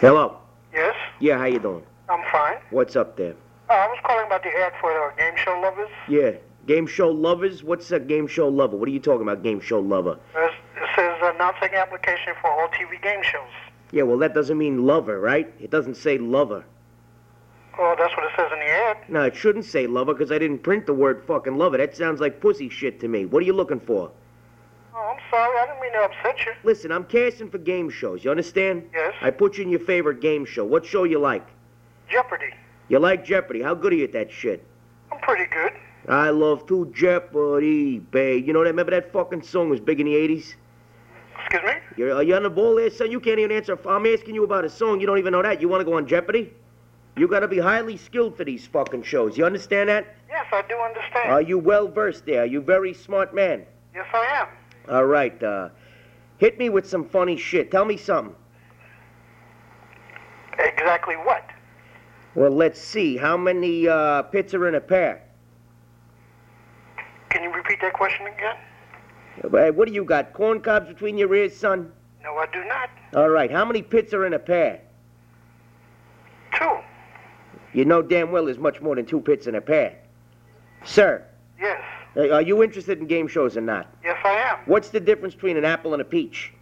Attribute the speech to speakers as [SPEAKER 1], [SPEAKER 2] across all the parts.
[SPEAKER 1] Hello.
[SPEAKER 2] Yes,
[SPEAKER 1] Yeah, how you doing?
[SPEAKER 2] I'm fine.
[SPEAKER 1] What's up there?
[SPEAKER 2] Uh, I was calling about the ad for the game show lovers.
[SPEAKER 1] Yeah, game show lovers. What's a game show lover? What are you talking about, game show lover?
[SPEAKER 2] It it says uh, announcing application for all TV game shows.
[SPEAKER 1] Yeah, well, that doesn't mean lover, right? It doesn't say lover.
[SPEAKER 2] Well, Oh, that's what it says in the ad.
[SPEAKER 1] No, it shouldn't say lover because I didn't print the word fucking lover. That sounds like pussy shit to me. What are you looking for?
[SPEAKER 2] Oh, I'm sorry. I didn't mean to upset you.
[SPEAKER 1] Listen, I'm casting for game shows. You understand?
[SPEAKER 2] Yes.
[SPEAKER 1] I put you in your favorite game show. What show you like?
[SPEAKER 2] Jeopardy.
[SPEAKER 1] You like Jeopardy. How good are you at that shit?
[SPEAKER 2] I'm pretty good.
[SPEAKER 1] I love to Jeopardy, babe. You know that? Remember that fucking song was big in the 80s?
[SPEAKER 2] Excuse me?
[SPEAKER 1] You're, are you on the ball there, son? You can't even answer. if I'm asking you about a song. You don't even know that. You want to go on Jeopardy? You got to be highly skilled for these fucking shows. You understand that?
[SPEAKER 2] Yes, I do understand.
[SPEAKER 1] Are you well versed there? Are you very smart man?
[SPEAKER 2] yes, I am.
[SPEAKER 1] All right, uh, hit me with some funny shit. Tell me something.
[SPEAKER 2] Exactly what?
[SPEAKER 1] Well, let's see. How many uh, pits are in a pair?
[SPEAKER 2] Can you repeat that question again?
[SPEAKER 1] Hey, what do you got? Corn cobs between your ears, son?
[SPEAKER 2] No, I do not.
[SPEAKER 1] All right. How many pits are in a pair?
[SPEAKER 2] Two.
[SPEAKER 1] You know damn well there's much more than two pits in a pair. Sir,
[SPEAKER 2] Yes.
[SPEAKER 1] uh, are you interested in game shows or not?
[SPEAKER 2] Yes, I am.
[SPEAKER 1] What's the difference between an apple and a peach?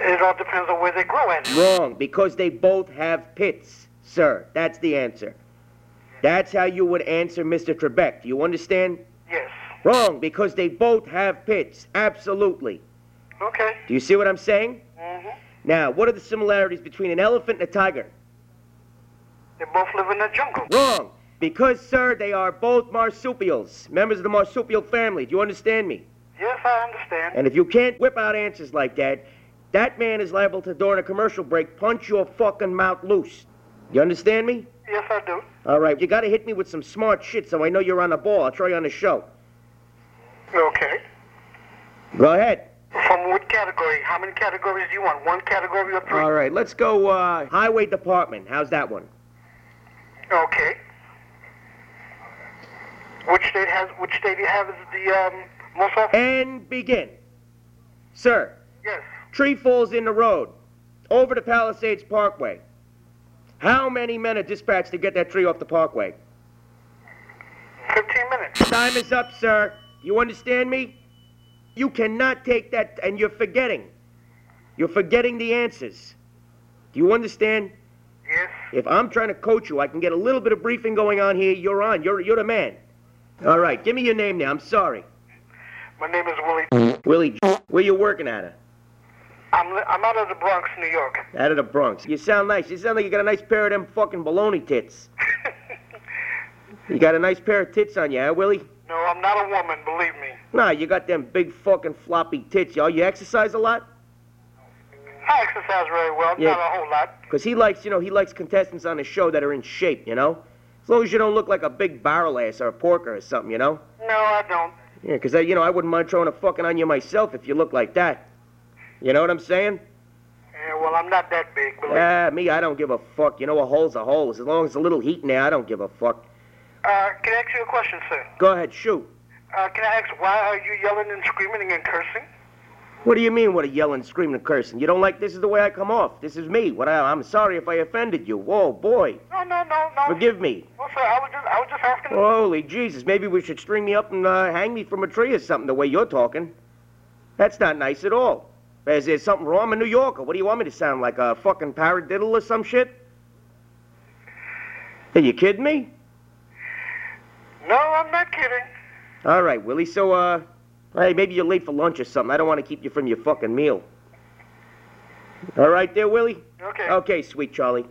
[SPEAKER 2] It all depends on where they grow at.
[SPEAKER 1] Wrong, because they both have pits, sir. That's the answer. That's how you would answer Mr. Trebek. Do you understand?
[SPEAKER 2] Yes.
[SPEAKER 1] Wrong, because they both have pits. Absolutely.
[SPEAKER 2] Okay.
[SPEAKER 1] Do you see what I'm saying?
[SPEAKER 2] hmm
[SPEAKER 1] Now, what are the similarities between an elephant and a tiger?
[SPEAKER 2] They both live in the jungle.
[SPEAKER 1] Wrong, because, sir, they are both marsupials, members of the marsupial family. Do you understand me?
[SPEAKER 2] Yes, I understand.
[SPEAKER 1] And if you can't whip out answers like that, that man is liable to, during a commercial break, punch your fucking mouth loose. You understand me?
[SPEAKER 2] Yes, I do.
[SPEAKER 1] All right, you gotta hit me with some smart shit so I know you're on the ball. I'll try you on the show.
[SPEAKER 2] Okay.
[SPEAKER 1] Go ahead.
[SPEAKER 2] From what category? How many categories do you want? One category or three?
[SPEAKER 1] All right, let's go uh, highway department. How's that one?
[SPEAKER 2] okay. Which state has? Which state you have is the um, most often?
[SPEAKER 1] And begin. Sir,
[SPEAKER 2] yes.
[SPEAKER 1] tree falls in the road, over the Palisades Parkway. How many men are dispatched to get that tree off the parkway?
[SPEAKER 2] Fifteen minutes.
[SPEAKER 1] Time is up, sir. You understand me? You cannot take that, and you're forgetting. You're forgetting the answers. Do you understand?
[SPEAKER 2] Yes.
[SPEAKER 1] If I'm trying to coach you, I can get a little bit of briefing going on here. You're on. You're you're the man. All right, give me your name now. I'm sorry,
[SPEAKER 2] My name is Willie.
[SPEAKER 1] Willie. J- Where you working at? Her?
[SPEAKER 2] I'm li- I'm out of the Bronx, New York.
[SPEAKER 1] Out of the Bronx. You sound nice. You sound like you got a nice pair of them fucking baloney tits. You got a nice pair of tits on you, huh, Willie?
[SPEAKER 2] no, I'm not a woman. Believe me.
[SPEAKER 1] Nah, you got them big fucking floppy tits, y'all. You exercise a lot?
[SPEAKER 2] I exercise very well.
[SPEAKER 1] Yeah.
[SPEAKER 2] Not a whole lot.
[SPEAKER 1] Because he likes, you know, he likes contestants on the show that are in shape, you know? As long as you don't look like a big barrel ass or a porker or something, you know?
[SPEAKER 2] No, I don't.
[SPEAKER 1] Yeah, 'cause I, you know, I wouldn't mind throwing a fucking on you myself if you look like that. You know what I'm saying?
[SPEAKER 2] Yeah, well, I'm not that big. Believe me.
[SPEAKER 1] Ah, me, I don't give a fuck. You know, a hole's a hole. As long as a little heat in there, I don't give a fuck.
[SPEAKER 2] Uh, can I ask you a question, sir?
[SPEAKER 1] Go ahead, shoot.
[SPEAKER 2] Uh, can I ask why are you yelling and screaming and cursing?
[SPEAKER 1] What do you mean, what a yelling, screaming, cursing? You don't like this is the way I come off. This is me. What I, I'm sorry if I offended you. Whoa, boy.
[SPEAKER 2] No, no, no, no.
[SPEAKER 1] Forgive Oh. me.
[SPEAKER 2] Well, sir, I was just, I was just asking.
[SPEAKER 1] Holy Jesus, maybe we should string me up and uh, hang me from a tree or something the way you're talking. That's not nice at all. Is there something wrong? I'm a New Yorker. What do you want me to sound like? A fucking paradiddle or some shit? Are you kidding me?
[SPEAKER 2] No, I'm not kidding.
[SPEAKER 1] All right, Willie, so, uh, hey, maybe you're late for lunch or something. I don't want to keep you from your fucking meal. All right there, Willie?
[SPEAKER 2] Okay.
[SPEAKER 1] Okay, sweet Charlie.